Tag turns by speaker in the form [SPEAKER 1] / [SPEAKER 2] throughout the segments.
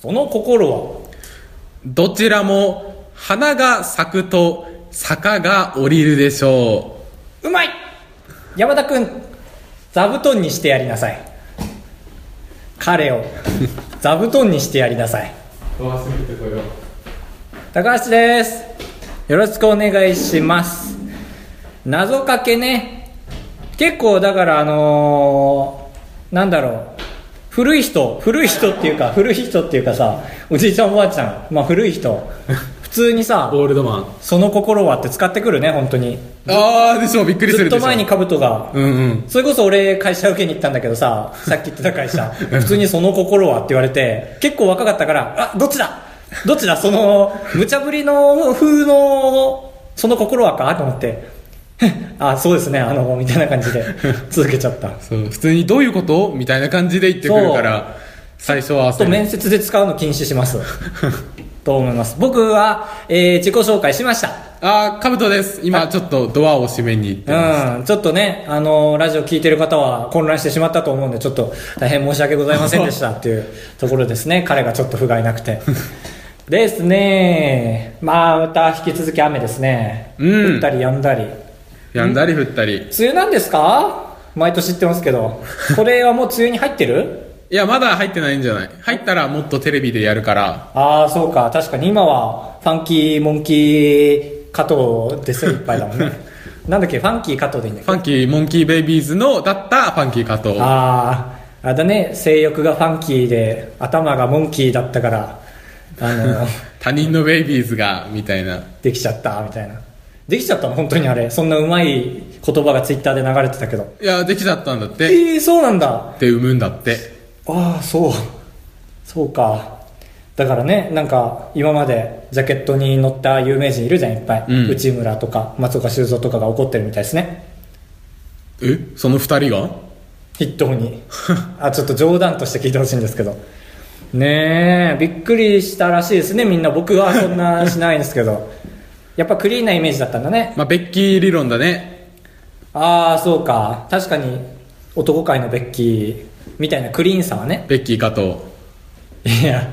[SPEAKER 1] その心は
[SPEAKER 2] どちらも花が咲くと坂が降りるでしょ
[SPEAKER 1] うまい山田君座布団にしてやりなさい彼 を座布団にしてやりなさい高橋ですよろしくお願いします謎かけね結構だからあのーなんだろう古い人古い人っていうか古い人っていうかさおじいちゃんおばあちゃんまあ古い 人普通にさ
[SPEAKER 2] うオールドマン
[SPEAKER 1] その心はって使ってくるね本当に
[SPEAKER 2] ああでしょびっくりす
[SPEAKER 1] ず
[SPEAKER 2] る
[SPEAKER 1] っ
[SPEAKER 2] でしょ
[SPEAKER 1] と前に兜が、
[SPEAKER 2] うんうん
[SPEAKER 1] それこそ俺会社受けに行ったんだけどささっき言ってた会社普通にその心はって言われて結構若かったからあどっちだどっちだその無茶ぶりの風のその心はかと思って あそうですねあのみたいな感じで続けちゃった
[SPEAKER 2] そう普通にどういうことみたいな感じで言ってくるから最初は
[SPEAKER 1] あと
[SPEAKER 2] 焦る
[SPEAKER 1] 面接で使うの禁止しますと思います僕は、えー自己紹介しました
[SPEAKER 2] ああかぶとです今ちょっとドアを閉めに行ってます、
[SPEAKER 1] うん、ちょっとね、あのラジオ聞いてる方は混乱してしまったと思うんで、ちょっと大変申し訳ございませんでしたって いうところですね。彼がちょっと不甲斐なくて。ですね。まあ、また引き続き雨ですね。
[SPEAKER 2] うん
[SPEAKER 1] 降ったりやんだり。
[SPEAKER 2] やんだり降ったり
[SPEAKER 1] 梅雨なんですか毎年言ってますけど。これはもう梅雨に入って る
[SPEAKER 2] いやまだ入ってないんじゃない入ったらもっとテレビでやるから
[SPEAKER 1] ああ、そうか。確かに今は、ファンキー、モンキー、加藤ですよ、いっぱいだも んね。なんだっけ、ファンキー加藤でいいんだっけ
[SPEAKER 2] ファンキーモンキーベイビーズのだったファンキー加藤
[SPEAKER 1] あああれだね性欲がファンキーで頭がモンキーだったからあ の
[SPEAKER 2] 他人のベイビーズがみたいな
[SPEAKER 1] できちゃったみたいなできちゃったの本当にあれそんなうまい言葉がツイッターで流れてたけど
[SPEAKER 2] いやできちゃったんだって
[SPEAKER 1] ええー、そうなんだ
[SPEAKER 2] って産むんだって
[SPEAKER 1] ああそうそうかだからねなんか今までジャケットに乗った有名人いるじゃんいっぱい、
[SPEAKER 2] うん
[SPEAKER 1] 内村とか松岡修造とかが怒ってるみたいですね
[SPEAKER 2] えその二人が
[SPEAKER 1] 筆頭 にあちょっと冗談として聞いてほしいんですけどねえびっくりしたらしいですねみんな僕はそんなしないんですけど やっぱクリーンなイメージだったんだね
[SPEAKER 2] まあベッキー理論だね
[SPEAKER 1] ああそうか確かに男界のベッキーみたいなクリーンさはね
[SPEAKER 2] ベッキー加藤
[SPEAKER 1] いや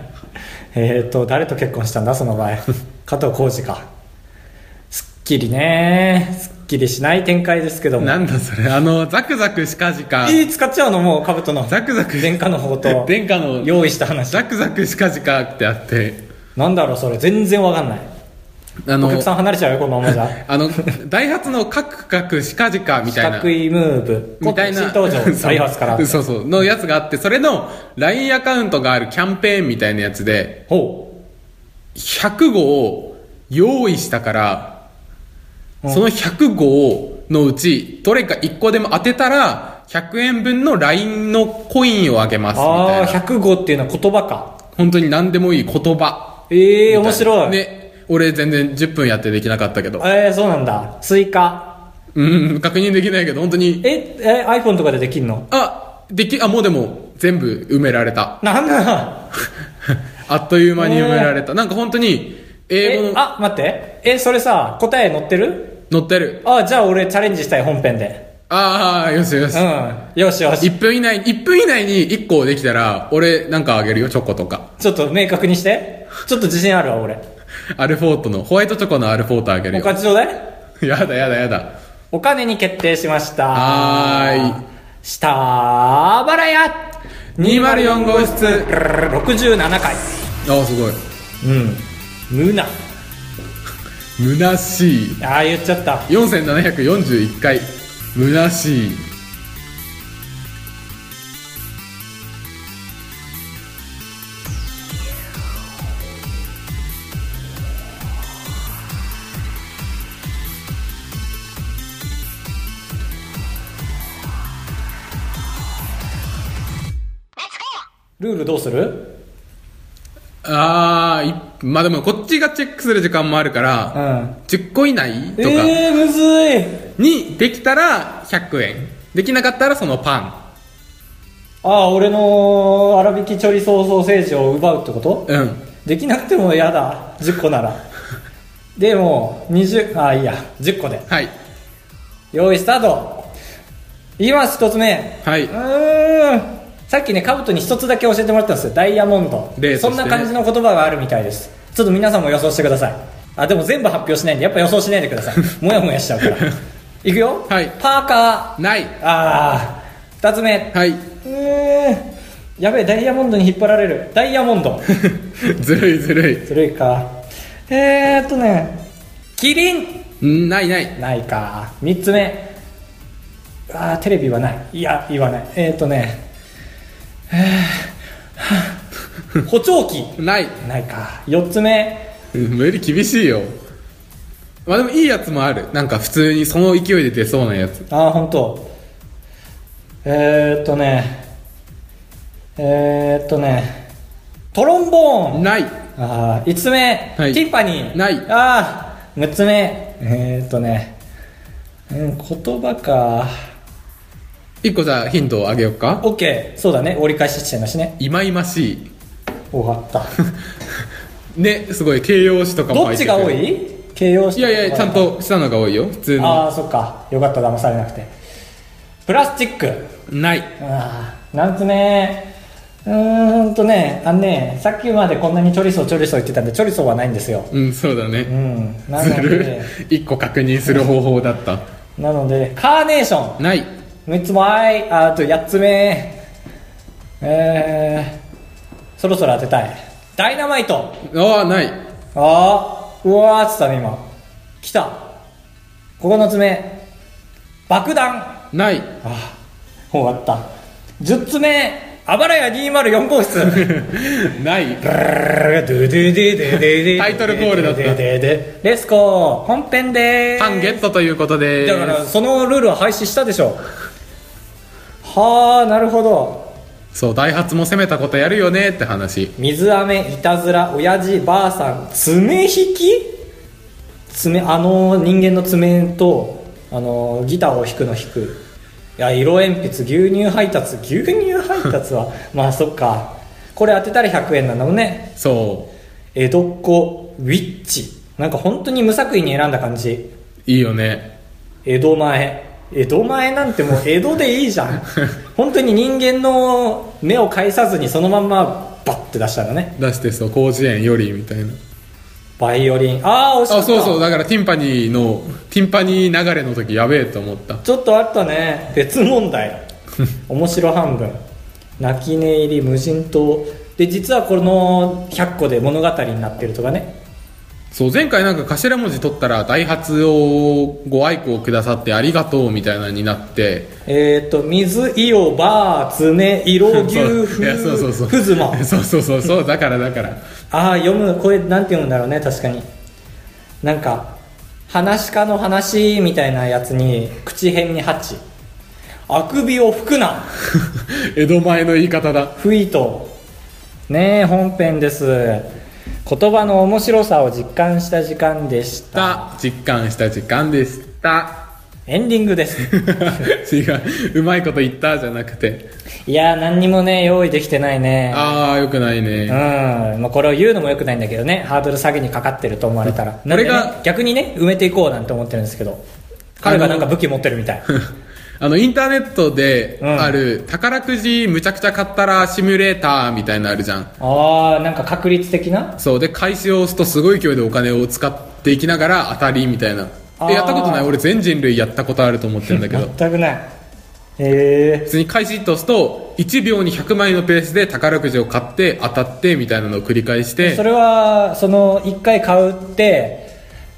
[SPEAKER 1] えっ、と誰と結婚したんだその場合 加藤浩次かすっきりねすっきりしない展開ですけども
[SPEAKER 2] なんだそれあのザクザクシカジカ
[SPEAKER 1] えー使っちゃうのもう兜の
[SPEAKER 2] ザクザク
[SPEAKER 1] 殿下の方と
[SPEAKER 2] 殿下の
[SPEAKER 1] 用意した話
[SPEAKER 2] ザクザクシカジカってあって
[SPEAKER 1] なんだろうそれ全然わかんない
[SPEAKER 2] あ
[SPEAKER 1] お
[SPEAKER 2] の
[SPEAKER 1] 客さん離れちゃうよこのままじゃ
[SPEAKER 2] あのダイハツのカクカクシカジカみ
[SPEAKER 1] 四
[SPEAKER 2] たいな
[SPEAKER 1] 角いムーブ
[SPEAKER 2] みたいな
[SPEAKER 1] 新登 場ダイハツから
[SPEAKER 2] そうそうそうのやつがあってそれの LINE アカウントがあるキャンペーンみたいなやつで
[SPEAKER 1] ほ
[SPEAKER 2] 100号を用意したから、その100号のうちどれか1個でも当てたら100円分の LINE のコインをあげま
[SPEAKER 1] う
[SPEAKER 2] すみた
[SPEAKER 1] ああ
[SPEAKER 2] いな
[SPEAKER 1] 100号っていうのは言葉か
[SPEAKER 2] 本当に何でもいい言葉
[SPEAKER 1] ええー、面白い、
[SPEAKER 2] ね俺全然10分やってできなかったけど
[SPEAKER 1] えー、そうなんだ追加
[SPEAKER 2] うん確認できないけど本当に
[SPEAKER 1] ええ iPhone とかでできんの
[SPEAKER 2] あできあもうでも全部埋められた
[SPEAKER 1] なんだ
[SPEAKER 2] あっという間に埋められた。なんか本当に、英語
[SPEAKER 1] え
[SPEAKER 2] の
[SPEAKER 1] あ待ってえそれさ答え載ってる
[SPEAKER 2] 載ってる。
[SPEAKER 1] あじゃあ俺チャレンジしたい本編で
[SPEAKER 2] ああ、よしよし
[SPEAKER 1] う。んよしよし
[SPEAKER 2] 1分以内、一分以内に1個できたら、俺なんかあげるよ、チョコとか。
[SPEAKER 1] ちょっと明確にしてちょっと自信あるわ俺
[SPEAKER 2] アルフォートの、ホワイトチョコのアルフォートあげる
[SPEAKER 1] お
[SPEAKER 2] よ。
[SPEAKER 1] かちょうだい
[SPEAKER 2] やだやだやだ。
[SPEAKER 1] お金に決定しました。
[SPEAKER 2] はーい。
[SPEAKER 1] 下払いや
[SPEAKER 2] 204号室。
[SPEAKER 1] 67回。
[SPEAKER 2] ああ、すごい。
[SPEAKER 1] うん。無な。
[SPEAKER 2] 虚しい。
[SPEAKER 1] ああ、言っちゃった。
[SPEAKER 2] 4741回。虚しい。
[SPEAKER 1] ルールどうする
[SPEAKER 2] ああ、いまあでもこっちがチェックする時間もあるか
[SPEAKER 1] う
[SPEAKER 2] ら、
[SPEAKER 1] ん。
[SPEAKER 2] 10個以内とか。
[SPEAKER 1] えー、むずい。
[SPEAKER 2] にできたら100円できなかったらそのパ
[SPEAKER 1] ああ、俺の粗挽きチョリソーソーセージを奪うってこと
[SPEAKER 2] ンうん
[SPEAKER 1] できなくても嫌だ。10個なら。でも、20、ああ、いいや。10個で。
[SPEAKER 2] はい
[SPEAKER 1] 用意スタート。いきます、1つ目。
[SPEAKER 2] はいう
[SPEAKER 1] ーん。さっきねカブトに一つだけ教えてもらったんですよダイヤモンド、
[SPEAKER 2] 例
[SPEAKER 1] そ
[SPEAKER 2] としてね
[SPEAKER 1] んな感じの言葉があるみたいですちょっと皆さんも予想してくださいあでも全部発表しないんでやっぱ予想しないでくださ いもやもやしちゃうからいくよ、
[SPEAKER 2] はい
[SPEAKER 1] パーカ
[SPEAKER 2] ない
[SPEAKER 1] ーあー2つ目、
[SPEAKER 2] はいう
[SPEAKER 1] ーんやべえダイヤモンドに引っ張られるダイヤモ ンド
[SPEAKER 2] ずるいずる
[SPEAKER 1] ずるいかえーっとねキリン
[SPEAKER 2] いんないない
[SPEAKER 1] ないか3つ目あーテレビはないいや言わないえっ、ー、とねえーはぁ補聴器
[SPEAKER 2] ない
[SPEAKER 1] ないか4つ目
[SPEAKER 2] うん無理厳しいよまあでもいいやつもあるなんか普通にその勢いで出そうなやつ
[SPEAKER 1] ああ本当えっ、ー、とねえっ、ー、とねトロンボーン
[SPEAKER 2] ない
[SPEAKER 1] ああ5つ目、
[SPEAKER 2] はい
[SPEAKER 1] ティンパニー
[SPEAKER 2] ない
[SPEAKER 1] ああ6つ目えっ、ー、とね、うん、言葉か
[SPEAKER 2] 一個じゃあヒントをあげようか
[SPEAKER 1] OK そうだね折り返し地点だしね
[SPEAKER 2] いまいましい
[SPEAKER 1] 終わった
[SPEAKER 2] ねすごい形容詞とかも
[SPEAKER 1] どっ
[SPEAKER 2] 入
[SPEAKER 1] ち
[SPEAKER 2] て
[SPEAKER 1] が
[SPEAKER 2] くる
[SPEAKER 1] 多い形容詞
[SPEAKER 2] いやいやちゃんとしたのが多いよ普通の
[SPEAKER 1] ああそっかよかった騙されなくてプラスチック
[SPEAKER 2] ない
[SPEAKER 1] ああなんつねうーんとねあのねさっきまでこんなにチョリソーチョリソー言ってたんでチョリソーはないんですよ
[SPEAKER 2] うんそうだ
[SPEAKER 1] う
[SPEAKER 2] ね
[SPEAKER 1] んな
[SPEAKER 2] ず
[SPEAKER 1] の
[SPEAKER 2] る
[SPEAKER 1] で
[SPEAKER 2] い一個確認する方法だった
[SPEAKER 1] なのでカーネーション
[SPEAKER 2] ない
[SPEAKER 1] 6つもあいああと8つ目えー、そろそろ当てたいダイナマイト
[SPEAKER 2] ああない
[SPEAKER 1] ああうわーっつったね今来た9つ目爆弾
[SPEAKER 2] ない
[SPEAKER 1] あ終わった10つ目あばらや204号室
[SPEAKER 2] ない
[SPEAKER 1] タ
[SPEAKER 2] タイトルコールだった
[SPEAKER 1] レスコ本編でーす
[SPEAKER 2] パンゲットということで
[SPEAKER 1] だからそのルールは廃止したでしょはあなるほど
[SPEAKER 2] そうダイハツも攻めたことやるよねって話
[SPEAKER 1] 水飴いたずら親父ばあさん爪引き爪あの人間の爪とあのギターを弾くの弾くいや色鉛筆牛乳配達牛乳配達は まあそっかこれ当てたら100円なんだもんね
[SPEAKER 2] そ
[SPEAKER 1] 江戸っ子ウィッチなんか本当に無作為に選んだ感じ
[SPEAKER 2] ういいよね
[SPEAKER 1] 江戸前江戸前なんてもう江戸でいいじゃん本当に人間の目を介さずにそのまんまバッて出したらね
[SPEAKER 2] 出してそう広辞園よりみたいな
[SPEAKER 1] バイオリンああ惜しかった
[SPEAKER 2] あそうそうだからティンパニーのティンパニー流れの時やべえと思った
[SPEAKER 1] ちょっとあったね別問 題面白半分泣き寝入り無人島で実はこの100個で物語になってるとかね
[SPEAKER 2] そう前回なんか頭文字取ったらダイハツをご愛顧くださってありがとうみたいなになって
[SPEAKER 1] えっ、ー、と水色バー爪色牛
[SPEAKER 2] そういや そうそうそう
[SPEAKER 1] ふふずま
[SPEAKER 2] そうそうそうそうだからだから
[SPEAKER 1] ああ読むこれなんて読むんだろうね確かになんか話し家の話みたいなやつに口辺にハチあくびを吹くな
[SPEAKER 2] 江戸前の言い方だ
[SPEAKER 1] 不意とねえ本編です言葉の面白さを実感した時間でした
[SPEAKER 2] た実感した時間でした
[SPEAKER 1] エンディングです
[SPEAKER 2] 違ううまいこと言ったじゃなくて
[SPEAKER 1] いやー何にもね用意できてないね
[SPEAKER 2] ああよくないね
[SPEAKER 1] うん、まあ、これを言うのもよくないんだけどねハードル下げにかかってると思われたら、なんでね
[SPEAKER 2] 俺が
[SPEAKER 1] 逆にね埋めていこうなんて思ってるんですけど彼がなんか武器持ってるみたい
[SPEAKER 2] あのインターネットで
[SPEAKER 1] うん
[SPEAKER 2] ある、宝くじむちゃくちゃ買ったらシミュレーターみたいなのあるじゃん
[SPEAKER 1] ああなんか確率的な
[SPEAKER 2] そうで開始を押すとすごい勢いでお金を使っていきながら当たりみたいな
[SPEAKER 1] あー
[SPEAKER 2] えやったことない俺全人類やったことあると思ってるんだけど
[SPEAKER 1] 全くないえ
[SPEAKER 2] 普通に開始と押すと1秒に100枚のペースで宝くじを買って当たってみたいなのを繰り返し
[SPEAKER 1] ー、そ
[SPEAKER 2] て
[SPEAKER 1] れはその1回買うって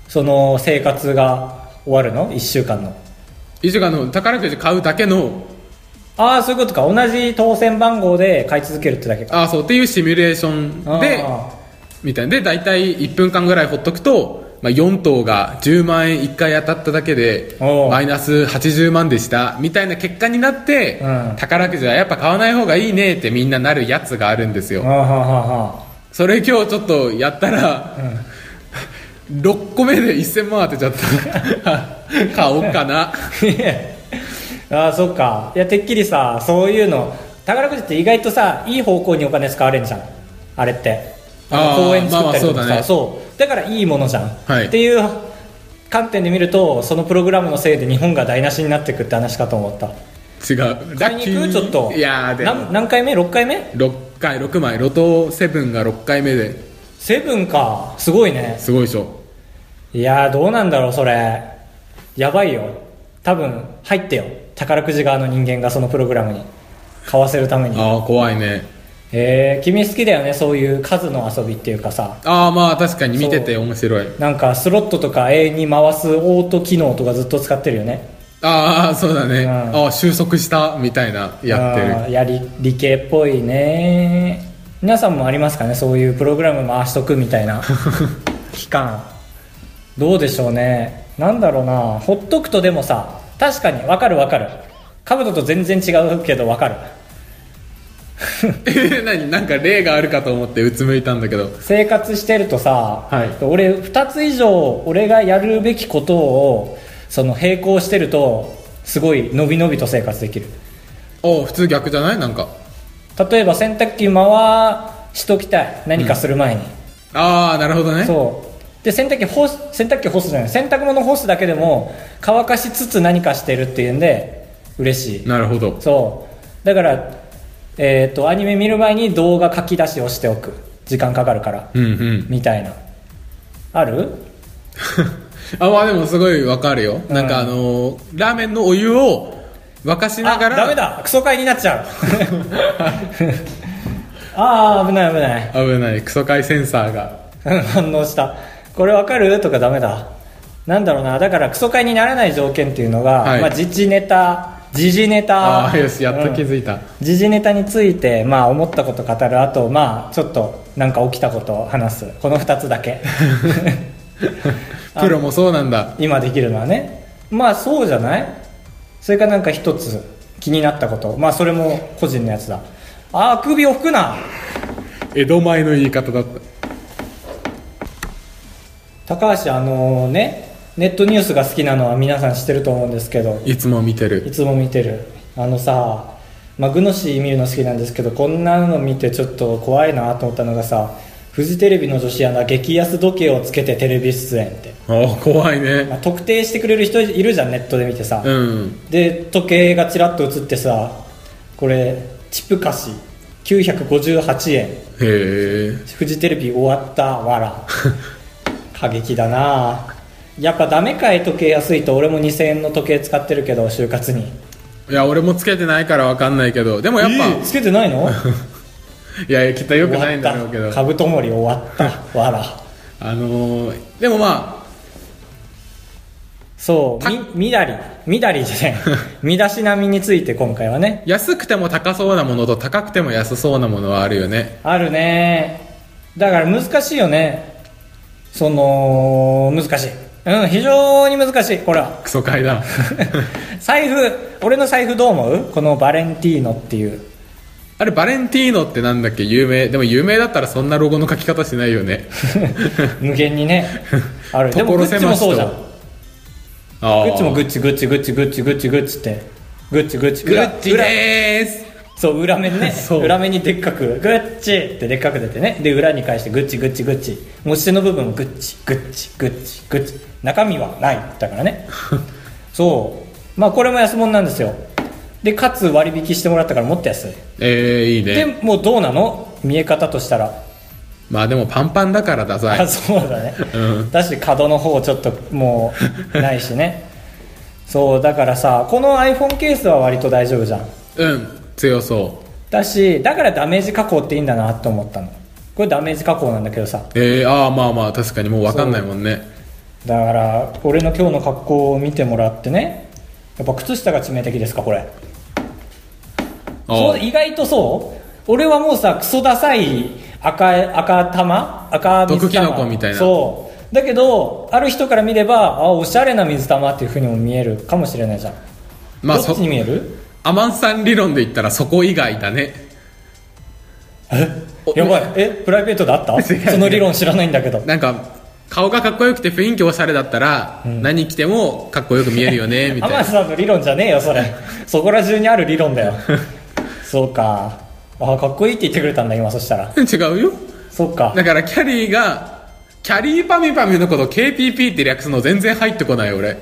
[SPEAKER 1] その生活が終わるの1週間の
[SPEAKER 2] 以上あの宝くじ買うだけの
[SPEAKER 1] ああそういうことか同じ当選番号で買い続けるってだけか
[SPEAKER 2] ああそうっていうシミュレーションで
[SPEAKER 1] あー
[SPEAKER 2] みたいなで大体1分間ぐらいほっとくと、まあ、4等が10万円1回当たっただけで
[SPEAKER 1] おう
[SPEAKER 2] マイナス80万でしたみたいな結果になって、
[SPEAKER 1] うん
[SPEAKER 2] 宝くじはやっぱ買わない方がいいねってみんななるやつがあるんです
[SPEAKER 1] あー
[SPEAKER 2] よ
[SPEAKER 1] はあはあはあ
[SPEAKER 2] それ今日ちょっとやったら、6個目で1000万当てちゃった 買おうかな
[SPEAKER 1] ああそっかいやてっきりさそういうの宝くじって意外とさいい方向にお金使われるじゃんあれって
[SPEAKER 2] あー
[SPEAKER 1] 公園作ったりとかさ、
[SPEAKER 2] まあまあ
[SPEAKER 1] そうだからいいものじゃん、
[SPEAKER 2] はい
[SPEAKER 1] っていう観点で見るとそのプログラムのせいで日本が台無しになってくって話かと思った
[SPEAKER 2] 違う。ラ
[SPEAKER 1] 買い
[SPEAKER 2] ッ
[SPEAKER 1] に
[SPEAKER 2] キ
[SPEAKER 1] 行
[SPEAKER 2] ー。
[SPEAKER 1] くちょっと
[SPEAKER 2] いやー、で
[SPEAKER 1] 何
[SPEAKER 2] も、
[SPEAKER 1] 何回目6回目
[SPEAKER 2] 6回、6枚、ロト7が6回目で、
[SPEAKER 1] セブンかすごいね
[SPEAKER 2] すごいでしょ。
[SPEAKER 1] いやーどうなんだろうそれやばいよ多分入ってよ宝くじ側の人間がそのプログラムに買わせるために
[SPEAKER 2] ああ、怖いね。
[SPEAKER 1] えー、君好きだよねそういう数の遊びっていうかさ
[SPEAKER 2] ああ、まあ確かに見てて面白い。
[SPEAKER 1] なんかスロットとか永遠に回すオート機能とかずっと使ってるよね
[SPEAKER 2] ああ、そうだね。
[SPEAKER 1] うん
[SPEAKER 2] ああ、収束した、みたいな、やってる
[SPEAKER 1] あ。ーやり理系っぽいね皆さんもありますかねそういうプログラム回しとくみた いな期間どうでしょうねなんだろうなほっとくとでもさ確かにわかるわかる兜と全然違うけどわかる
[SPEAKER 2] え、 何なんか例があるかと思ってうつむいたんだけど。
[SPEAKER 1] 生活してるとさ、
[SPEAKER 2] はい
[SPEAKER 1] 俺2つ以上俺がやるべきことをその並行してるとすごい伸び伸びと生活できる
[SPEAKER 2] おう普通逆じゃないなんか。
[SPEAKER 1] 例えば洗濯機回しときたい何かする前に、
[SPEAKER 2] ああ、なるほどね。
[SPEAKER 1] そうで洗濯機干す洗濯機干すじゃない洗濯物干すだけでも乾かしつつ何かしてるっていうんで嬉しい
[SPEAKER 2] なるほど。
[SPEAKER 1] そうだからえっ、とアニメ見る前に動画書き出しをしておく時間かかるから、
[SPEAKER 2] うんうん。
[SPEAKER 1] みたいなある
[SPEAKER 2] あ、まあでもすごいわかるよ。
[SPEAKER 1] うん
[SPEAKER 2] なんかあのーラーメンのお湯を沸かしながら。
[SPEAKER 1] あダメだクソ会になっちゃうああ危ない危ない
[SPEAKER 2] 危ない。クソ回センサーが。
[SPEAKER 1] うん 反応したこれわかるとかダメだなんだろうなだからクソ会にならない条件っていうのが、
[SPEAKER 2] はい
[SPEAKER 1] まあ、自治ネタ時事ネタ
[SPEAKER 2] ああ、よし、やっと気
[SPEAKER 1] うん
[SPEAKER 2] づいた。
[SPEAKER 1] 時事ネタについて、まあ、思ったこと語るあと、まあ、ちょっとなんか起きたことを話すこの2つだけ
[SPEAKER 2] プロもそうなんだ。
[SPEAKER 1] 今できるのはねまあそうじゃないそれかなんか一つ気になったことまあそれも個人のやつだああ首を拭くな
[SPEAKER 2] 江戸前の言い方だっ
[SPEAKER 1] 高橋あのねネットニュースが好きなのは皆さん知ってると思うんですけど
[SPEAKER 2] た。いつも見て
[SPEAKER 1] い
[SPEAKER 2] る。
[SPEAKER 1] つも見てるあのさ、まあ、グノシー見るの好きなんですけどこんなの見てちょっと怖いなと思ったのがさフジテレビの女子アナ激安時計をつけてテレビ出演って、
[SPEAKER 2] ああ、怖い
[SPEAKER 1] ま
[SPEAKER 2] ね。
[SPEAKER 1] あ、特定してくれる人いるじゃんネットで見てさ、
[SPEAKER 2] うん。
[SPEAKER 1] で時計がちらっと映ってさこれチップ菓子958円
[SPEAKER 2] へえ。
[SPEAKER 1] フジテレビ終わったわ ら過激だなやっぱダメかい時計安いと俺も2000円の時計使ってるけど就活に
[SPEAKER 2] いや、俺もつけてないからわかんないけど、でもやっぱ、
[SPEAKER 1] えーつけてないの
[SPEAKER 2] いや、きっと良くないんだろうけ
[SPEAKER 1] 終わ
[SPEAKER 2] ど
[SPEAKER 1] っ、たカブトモリ終わ ったわら
[SPEAKER 2] あのー、でもま
[SPEAKER 1] そうみみだりみだりじ ゃない身だしなみについて今回は
[SPEAKER 2] あ、
[SPEAKER 1] ね
[SPEAKER 2] 安くても高そうなものと高くても安そうなものはあるよね。
[SPEAKER 1] あるねだから難しいよねその難しいうん非常に難しいこれは
[SPEAKER 2] クソ買 いだ。
[SPEAKER 1] 財布俺の財布どう思うこのバレンティーノって いう
[SPEAKER 2] あれ、バレンティーノってなんだっけ有名。でも有名だったらそんなロゴの書き方しない よね。
[SPEAKER 1] 無限にねあるでもグ
[SPEAKER 2] 所
[SPEAKER 1] ッ
[SPEAKER 2] 狭し
[SPEAKER 1] チ
[SPEAKER 2] と
[SPEAKER 1] もそうじゃんグ
[SPEAKER 2] ああ。
[SPEAKER 1] ッチもグ
[SPEAKER 2] グッ
[SPEAKER 1] ッチグッチグッチグッチグッチグッチってグッチグッチ
[SPEAKER 2] チ。でーす。
[SPEAKER 1] そう裏面ね
[SPEAKER 2] そう
[SPEAKER 1] 裏面にでっかく「グッチ!」ってでっかく出てねで裏に返して「グッチグッチグッチ」持ち手の部分「グッチグッチグッチグッチ」中身はないだから ねそうまあこれも安物なんですよでかつ割引してもらったからもっと安い
[SPEAKER 2] ええー、いい
[SPEAKER 1] で
[SPEAKER 2] ね。
[SPEAKER 1] もうどうなの見え方としたら、
[SPEAKER 2] まあでもパンパンだからダサ
[SPEAKER 1] あ
[SPEAKER 2] い。
[SPEAKER 1] そうだね、
[SPEAKER 2] うん
[SPEAKER 1] だし角の方ちょっともうないしねそうだからさこの iPhone ケースは割と大丈夫じゃん
[SPEAKER 2] うん、強そ
[SPEAKER 1] だしだからダメージ加工っていいんだなと思ったのこれダメージ加工なんだけどさ
[SPEAKER 2] う。ええー、ああ、まあまあ、確かにもうわかんないもんね。
[SPEAKER 1] だから俺の今日の格好を見てもらってねやっぱ靴下が致命的ですかこれ
[SPEAKER 2] あ
[SPEAKER 1] そう
[SPEAKER 2] あ。
[SPEAKER 1] 意外とそう俺はもうさクソダサい赤赤玉赤水玉
[SPEAKER 2] 毒キノコみたいな
[SPEAKER 1] そうだけどある人から見ればあおしゃれな水玉っていうふうにも見えるかもしれないじゃん、
[SPEAKER 2] まあ
[SPEAKER 1] どっ
[SPEAKER 2] そ
[SPEAKER 1] ち、に見える
[SPEAKER 2] アマンさん理論で言ったらそこ以外だね。お
[SPEAKER 1] やばいえプライベートであった
[SPEAKER 2] 違う違う
[SPEAKER 1] その理論知らないんだけど
[SPEAKER 2] なんか、顔がかっこよくて雰囲気おしゃれだったら、何着てもかっこよく見えるよね、みたい
[SPEAKER 1] 天
[SPEAKER 2] な
[SPEAKER 1] 野。さんの理論じゃねえよそ れそこら中にある理論だよそうかあかっこいいって言ってくれたんだ今そしたら
[SPEAKER 2] 違うよ。
[SPEAKER 1] そうか
[SPEAKER 2] だからキャリーが、キャリーパミュパミュのこと KPP って略すの全然入ってこない俺。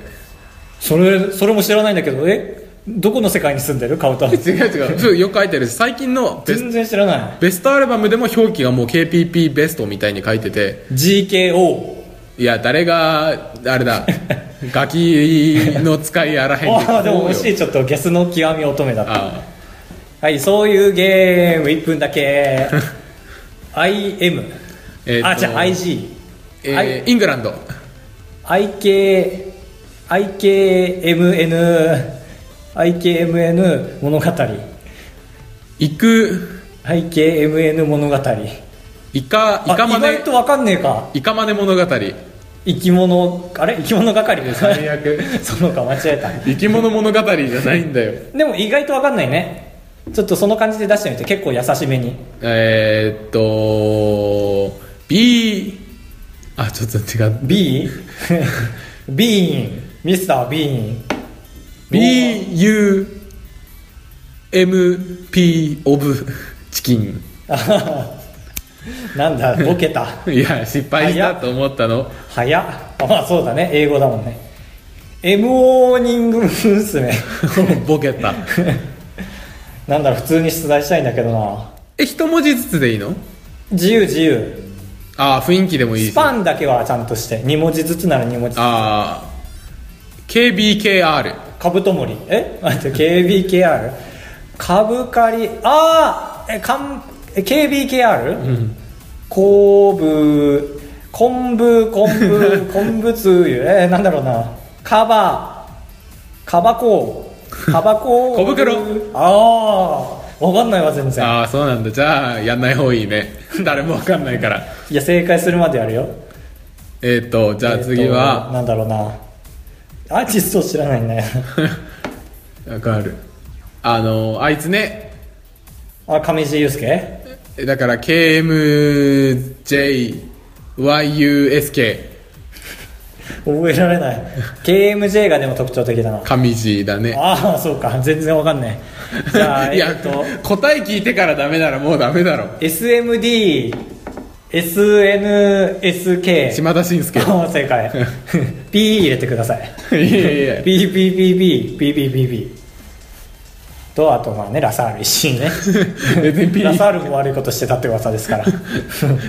[SPEAKER 1] それそれも知らないんだけどえどこの世界に住んでるカ ウタ
[SPEAKER 2] 違う違うそう。よく書いてあるし、最近のベス
[SPEAKER 1] 全然知らない
[SPEAKER 2] ベストアルバムでも表記がもう KPP ベストみたいに書いてて、
[SPEAKER 1] GKO
[SPEAKER 2] いや、誰が、あれ だ、ガキの使いやらへん
[SPEAKER 1] ああでも惜しい
[SPEAKER 2] い。
[SPEAKER 1] ちょっとゲスの極み乙女だった
[SPEAKER 2] あ
[SPEAKER 1] はいそういうゲーム1分だ け IM
[SPEAKER 2] あえーと
[SPEAKER 1] あじゃあ IG
[SPEAKER 2] えー
[SPEAKER 1] I-
[SPEAKER 2] イングランド。
[SPEAKER 1] IK IKMN IKMN 物語
[SPEAKER 2] 行く、
[SPEAKER 1] IKMN 物語
[SPEAKER 2] イカ、イ
[SPEAKER 1] あ
[SPEAKER 2] カ
[SPEAKER 1] 意
[SPEAKER 2] マ
[SPEAKER 1] 外
[SPEAKER 2] ネ
[SPEAKER 1] と、わかんねえか
[SPEAKER 2] イカマネ物語。
[SPEAKER 1] 生き物あれ生き物係か
[SPEAKER 2] 最悪。
[SPEAKER 1] そのか間違えた
[SPEAKER 2] 生き物物語じゃないん だよ。
[SPEAKER 1] でも意外とわかんないねちょっとその感じで出してみて結構優しめに
[SPEAKER 2] えー、っと、B、あ、ちょっと違う。
[SPEAKER 1] B ビーンミスタービーン
[SPEAKER 2] B、U、M、P、オブ、チキン。
[SPEAKER 1] あはは なんだボケた
[SPEAKER 2] いや、失敗したと思ったの。
[SPEAKER 1] 早っ あまあそうだね英語だもんね MO ニング娘。
[SPEAKER 2] ボケた。
[SPEAKER 1] なんだろう普通に出題したいんだけどな
[SPEAKER 2] え、一文字ずつでいいの
[SPEAKER 1] 自由自由
[SPEAKER 2] あー、雰囲気でもいい
[SPEAKER 1] ス
[SPEAKER 2] し。
[SPEAKER 1] パ
[SPEAKER 2] あ
[SPEAKER 1] ンだけはちゃんとして2文字ずつなら2文字
[SPEAKER 2] あー、KBKR。
[SPEAKER 1] カブトモリえ待って KBKR 株借りああえかんえ KBKR、
[SPEAKER 2] うん。
[SPEAKER 1] 昆布昆布昆 布昆布つゆえー、なんだろうなカバカバコカバ コ
[SPEAKER 2] 小袋
[SPEAKER 1] ああわかんないわ全然
[SPEAKER 2] ああ、そうなんだ。じゃあ、やんない方がいいね。誰もわかんないから。
[SPEAKER 1] いや正解するまでやるよ
[SPEAKER 2] えー、っと、じゃあ次
[SPEAKER 1] えーと
[SPEAKER 2] は、
[SPEAKER 1] なんだろうなアーティストを知らないんだよ
[SPEAKER 2] わかる。あの、あいつね、
[SPEAKER 1] あ上地雄介
[SPEAKER 2] えだから KMJYUSK
[SPEAKER 1] 覚えられない KMJ がでも特徴的だな
[SPEAKER 2] 上地だね
[SPEAKER 1] ああそうか全然わかんないじゃあ
[SPEAKER 2] いや、
[SPEAKER 1] えっと
[SPEAKER 2] 答え聞いてからダメならもうダメだろ
[SPEAKER 1] SMDSNSK
[SPEAKER 2] 島田紳介い
[SPEAKER 1] あー正解 P 入れてください
[SPEAKER 2] や いやいや
[SPEAKER 1] BBBBBBBB とあとまあねラサール石井 ね
[SPEAKER 2] 別にピ
[SPEAKER 1] ラ
[SPEAKER 2] ー
[SPEAKER 1] サールも悪いことしてたって噂ですから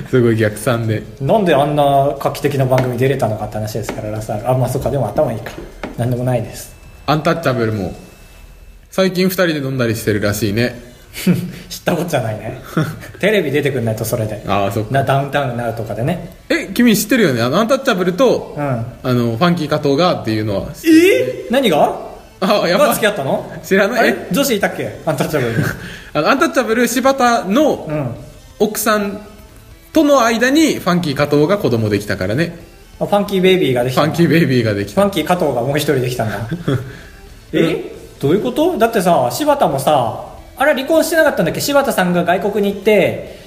[SPEAKER 2] すごい逆算で
[SPEAKER 1] なんであんな画期的な番組出れたのかって話ですからラサールあまあそっかでも頭いいかなんでもないです
[SPEAKER 2] アンタッチャブルも最近2人で飲んだりしてるらしいね
[SPEAKER 1] 知ったことじゃないねテレビ出てくんないとそれで
[SPEAKER 2] ああそっか
[SPEAKER 1] なダウンタウンになるとかでね
[SPEAKER 2] え君知ってるよねあのアンタッチャブルと、
[SPEAKER 1] うん
[SPEAKER 2] あのファンキー加藤がっていうのは
[SPEAKER 1] え何が
[SPEAKER 2] あや
[SPEAKER 1] が
[SPEAKER 2] ば
[SPEAKER 1] 付き合ったの
[SPEAKER 2] 知ら
[SPEAKER 1] あ
[SPEAKER 2] ないえ
[SPEAKER 1] れ女子いたっけアンタッチャブルに
[SPEAKER 2] あのアンタッチャブル柴田の
[SPEAKER 1] うん
[SPEAKER 2] 奥さんとの間にファンキー加藤が子供できたからね
[SPEAKER 1] あファンキーベイビーができ
[SPEAKER 2] フ
[SPEAKER 1] た
[SPEAKER 2] ァンキーベイビーができ
[SPEAKER 1] フ
[SPEAKER 2] た
[SPEAKER 1] ァンキー加藤がもう一人できたん だえどういうことだってさ柴田もさあれ離婚してなかったんだっけ柴田さんが外国に行って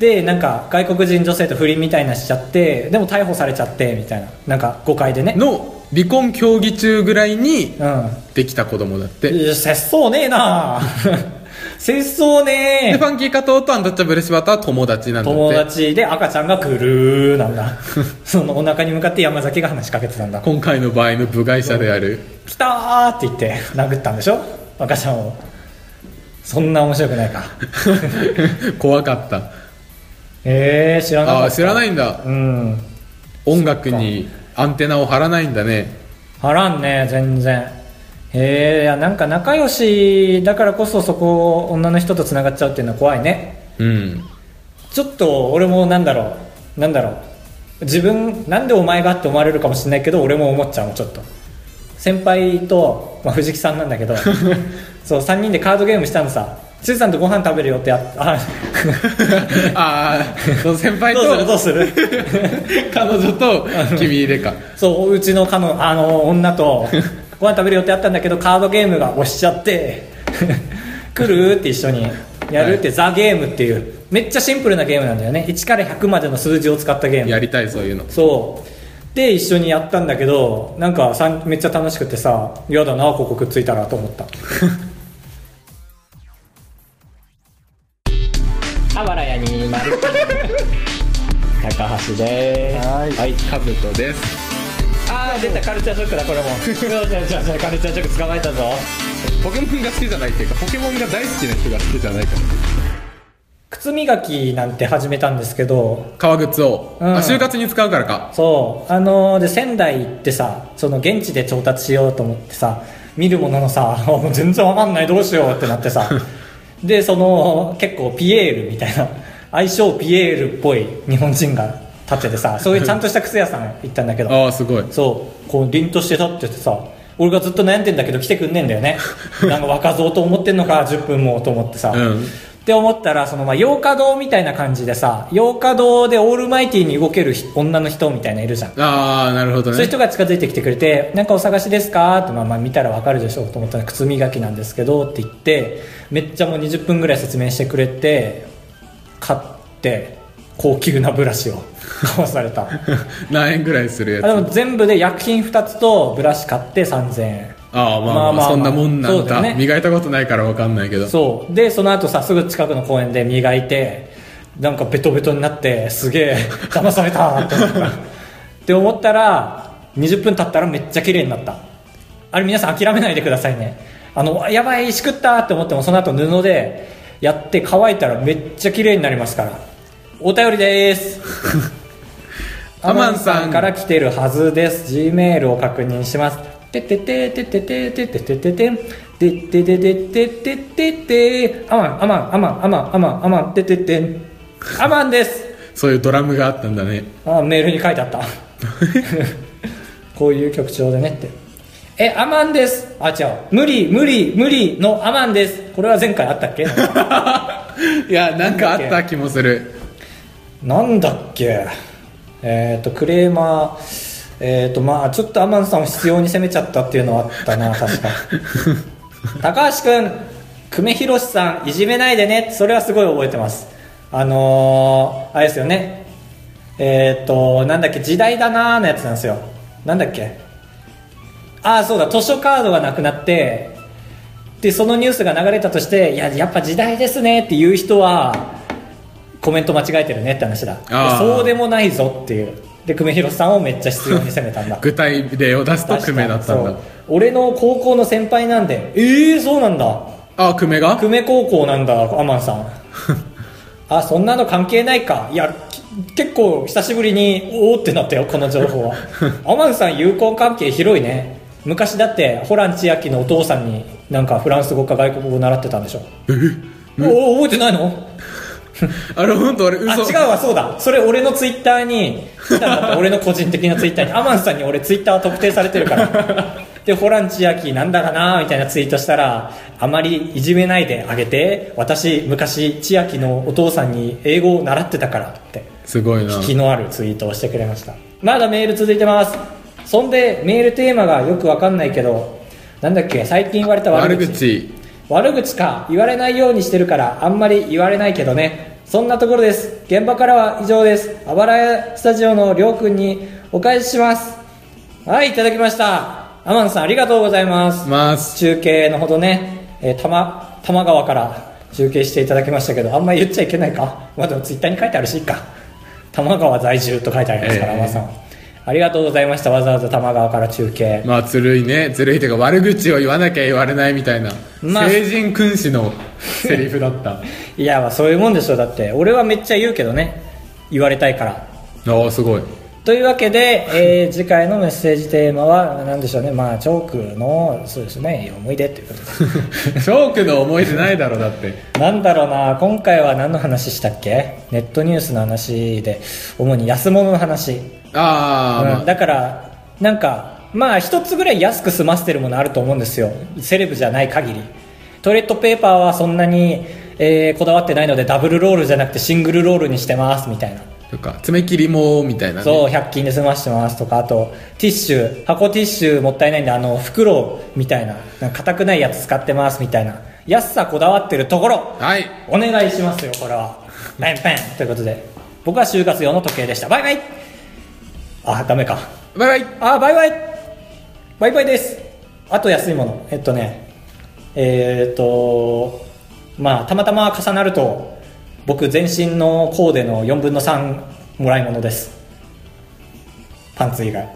[SPEAKER 1] でなんか外国人女性と不倫みたいなしちゃってでも逮捕されちゃってみたいななんか誤解でね
[SPEAKER 2] の離婚協議中ぐらいに
[SPEAKER 1] うん
[SPEAKER 2] できた子供だってで
[SPEAKER 1] いや節操ねえ な節操ね
[SPEAKER 2] フ
[SPEAKER 1] え
[SPEAKER 2] ァンキー加藤とアンタッチャブル柴田は友達なんだって
[SPEAKER 1] 友達で赤ちゃんが来るなん だそのお腹に向かって山崎が話しかけてたんだ
[SPEAKER 2] 今回の場合の部外者で ある
[SPEAKER 1] 来たーって言って殴ったんでしょ赤ちゃんをそんな面白く ないか
[SPEAKER 2] 怖かった
[SPEAKER 1] えー、知らなかっ
[SPEAKER 2] あ
[SPEAKER 1] た
[SPEAKER 2] あー知らないんだ
[SPEAKER 1] うん
[SPEAKER 2] 音楽にアンテナを張らないんだね
[SPEAKER 1] はらんね全然えー、いやなんか仲良しだからこそそこ女の人とつながっちゃうっていうのは怖いね
[SPEAKER 2] うん
[SPEAKER 1] ちょっと俺もなんだろうなんだろう自分なんでお前がって思われるかもしれないけど俺も思っちゃうのちょっと先輩と、まあ、藤木さんなんだけ どそう3人でカードゲームしたのさしずさんとご飯食べるよってああ
[SPEAKER 2] ああその先輩
[SPEAKER 1] どう するど
[SPEAKER 2] と
[SPEAKER 1] うする
[SPEAKER 2] 彼女と君でか
[SPEAKER 1] そううちの彼のあの女とご飯食べる予定あったんだけどカードゲームが押しちゃって 来るって一緒にやるって、ザ・ゲームっていうめっちゃシンプルなゲームなんだよね1から100までの数字を使ったゲーム
[SPEAKER 2] やりたいそういうの
[SPEAKER 1] そうで一緒にやったんだけどなんかさんめっちゃ楽しくてさ嫌だなここくっついたらと思った
[SPEAKER 3] あばらやに まる高橋です
[SPEAKER 2] はいはいカブトです
[SPEAKER 1] ああ出たカルチャーショックだこれもカルチャーショック捕まえたぞ
[SPEAKER 2] ポケモンが好きじゃないっていうかポケモンが大好きな人が好きじゃないから
[SPEAKER 1] 靴磨きなんて始めたんですけど
[SPEAKER 2] 革靴を、
[SPEAKER 1] うん
[SPEAKER 2] あ就活に使うからか
[SPEAKER 1] そうあのーで仙台行ってさその現地で調達しようと思ってさ見るもののさ もう全然わかんないどうしようってなって さでその結構ピエールみたいな相性ピエールっぽい日本人が立っててさそういうちゃんとした靴屋さん行ったんだけど
[SPEAKER 2] ああすごい
[SPEAKER 1] そうこう凛として立っててさ俺がずっと悩んでんだけど来てくんねえんだよ ねなんか若造と思ってんのか10分もと思ってさ、
[SPEAKER 2] うん
[SPEAKER 1] って思ったらそのまあ洋華堂みたいな感じでさ洋華堂でオールマイティーに動けるひ女の人みたいないるじゃん、
[SPEAKER 2] ああなるほ
[SPEAKER 1] そ
[SPEAKER 2] ど
[SPEAKER 1] ういう
[SPEAKER 2] ね
[SPEAKER 1] 人が近づいてきてくれて「なんかお探しですか?」ってまあまあ見たらわかるでしょうと思ったら「靴磨きなんですけど」って言ってめっちゃもう20分ぐらい説明してくれて買って高級なブラシを買わされ た
[SPEAKER 2] 何円ぐらいするやつ
[SPEAKER 1] あでも全部で薬品2つとブラシ買って3000円
[SPEAKER 2] ああまあまあ,、
[SPEAKER 1] まあまあまあ
[SPEAKER 2] そんなもんな
[SPEAKER 1] そう
[SPEAKER 2] ん
[SPEAKER 1] だ
[SPEAKER 2] だ
[SPEAKER 1] よね
[SPEAKER 2] 磨いたことないからわかんないけど
[SPEAKER 1] そうでその後さすぐ近くの公園で磨いてなんかベトベトになってすげえ騙されたって思ったって思ったら20分経ったらめっちゃ綺麗になったあれ皆さん諦めないでくださいねあのやばいしくったって思ってもその後布でやって乾いたらめっちゃ綺麗になりますからお便りです
[SPEAKER 2] アマンさ
[SPEAKER 1] ア
[SPEAKER 2] ん
[SPEAKER 1] から来てるはずです G メールを確認しますててててててててててててててててててアマンアマンアマンアマンアマンアマンてててんアマンです
[SPEAKER 2] そういうドラムがあったん だね
[SPEAKER 1] あメールに書いてあったこういう曲調でねってえアマンですあ違う無理無理無理のアマンですこれは前回あったっけ
[SPEAKER 2] いやなんかあった気もする
[SPEAKER 1] なんだっけえっ、とクレーマーえっ、とまあちょっとアマンさんを必要に責めちゃったっていうのはあったな確か 高橋君久米宏さんいじめないでねそれはすごい覚えてますあのー、あれですよねえっ、となんだっけ時代だなーのやつなんですよなんだっけああそうだ図書カードがなくなってでそのニュースが流れたとしていややっぱ時代ですねっていう人はコメント間違えてるねって話だで
[SPEAKER 2] あー
[SPEAKER 1] そうでもないぞっていうで久米宏さんをめっちゃ執拗に責めたんだ
[SPEAKER 2] 具体例を出すと久米だったん
[SPEAKER 1] そ
[SPEAKER 2] だ
[SPEAKER 1] う俺の高校の先輩なんでええー、そうなんだ
[SPEAKER 2] あ久米が
[SPEAKER 1] 久米高校なんだアマンさ んあそんなの関係ないかいやき結構久しぶりにおおってなったよこの情 報はアマンさん友好関係広いね昔だってホラン千秋のお父さんになんかフランス語か外国語習ってたんでしょ
[SPEAKER 2] え
[SPEAKER 1] おお覚えてないの
[SPEAKER 2] あれ本当あれ嘘
[SPEAKER 1] あ違うわそうだそれ俺のツイッターに来たんだった俺の個人的なツイッターにアマンさんに俺ツイッター特定されてるからでホラン千秋なんだかなみたいなツイートしたらあまりいじめないであげて私昔千秋のお父さんに英語を習ってたからって
[SPEAKER 2] すごいな
[SPEAKER 1] 引きのあるツイートをしてくれましたまだメール続いてますそんでメールテーマがよくわかんないけどなんだっけ最近言われた
[SPEAKER 2] 悪口
[SPEAKER 1] 悪口か言われないようにしてるからあんまり言われないけどねそんなところです現場からは以上ですあばらやスタジオのりょうくんにお返ししますはいいただきましたアマンさんありがとうございます
[SPEAKER 2] ます
[SPEAKER 1] 中継のほどね、えー、多摩多摩川から中継していただきましたけどあんまり言っちゃいけないかまあでもツイッターに書いてあるしいいか多摩川在住と書いてありますから、
[SPEAKER 2] ええ
[SPEAKER 1] アマンさんありがとうございましたわざわざ多摩川から中継
[SPEAKER 2] まあずるいねずるいというか悪口を言わなきゃ言われないみたいな、
[SPEAKER 1] まあ
[SPEAKER 2] 成人君子のセリフだった あ
[SPEAKER 1] いやまあそういうもんでしょうだって俺はめっちゃ言うけどね言われたいから
[SPEAKER 2] あ すごい
[SPEAKER 1] というわけ で、えー次回のメッセージテーマは何でしょうねまあチョークのそうですね思い出ということ
[SPEAKER 2] ショークの思い出ないだろだって
[SPEAKER 1] でなんだろうな今回は何の話したっけネットニュースの話で主に安物の話、
[SPEAKER 2] ああ、まあ
[SPEAKER 1] うんだからなんかまあ一つぐらい安く済ませてるものあると思うんですよセレブじゃない限りトイレットペーパーはそんなに、えーこだわってないのでダブルロールじゃなくてシングルロールにしてますみたいな
[SPEAKER 2] とか爪切りもみたいな、ね、
[SPEAKER 1] そう100均で済ましてますとかあとティッシュ箱ティッシュもったいないんであの袋みたいななんか硬くないやつ使ってますみたいな安さこだわってるところ
[SPEAKER 2] はい
[SPEAKER 1] お願いしますよこれはペンペンということで僕は就活用の時計でしたバイバイあダメか
[SPEAKER 2] バイバイ
[SPEAKER 1] あバイバイバイバイですあと安いものえっとねえーっとまあたまたま重なると僕全身のコーデの4分の3もらい物ですパンツ以外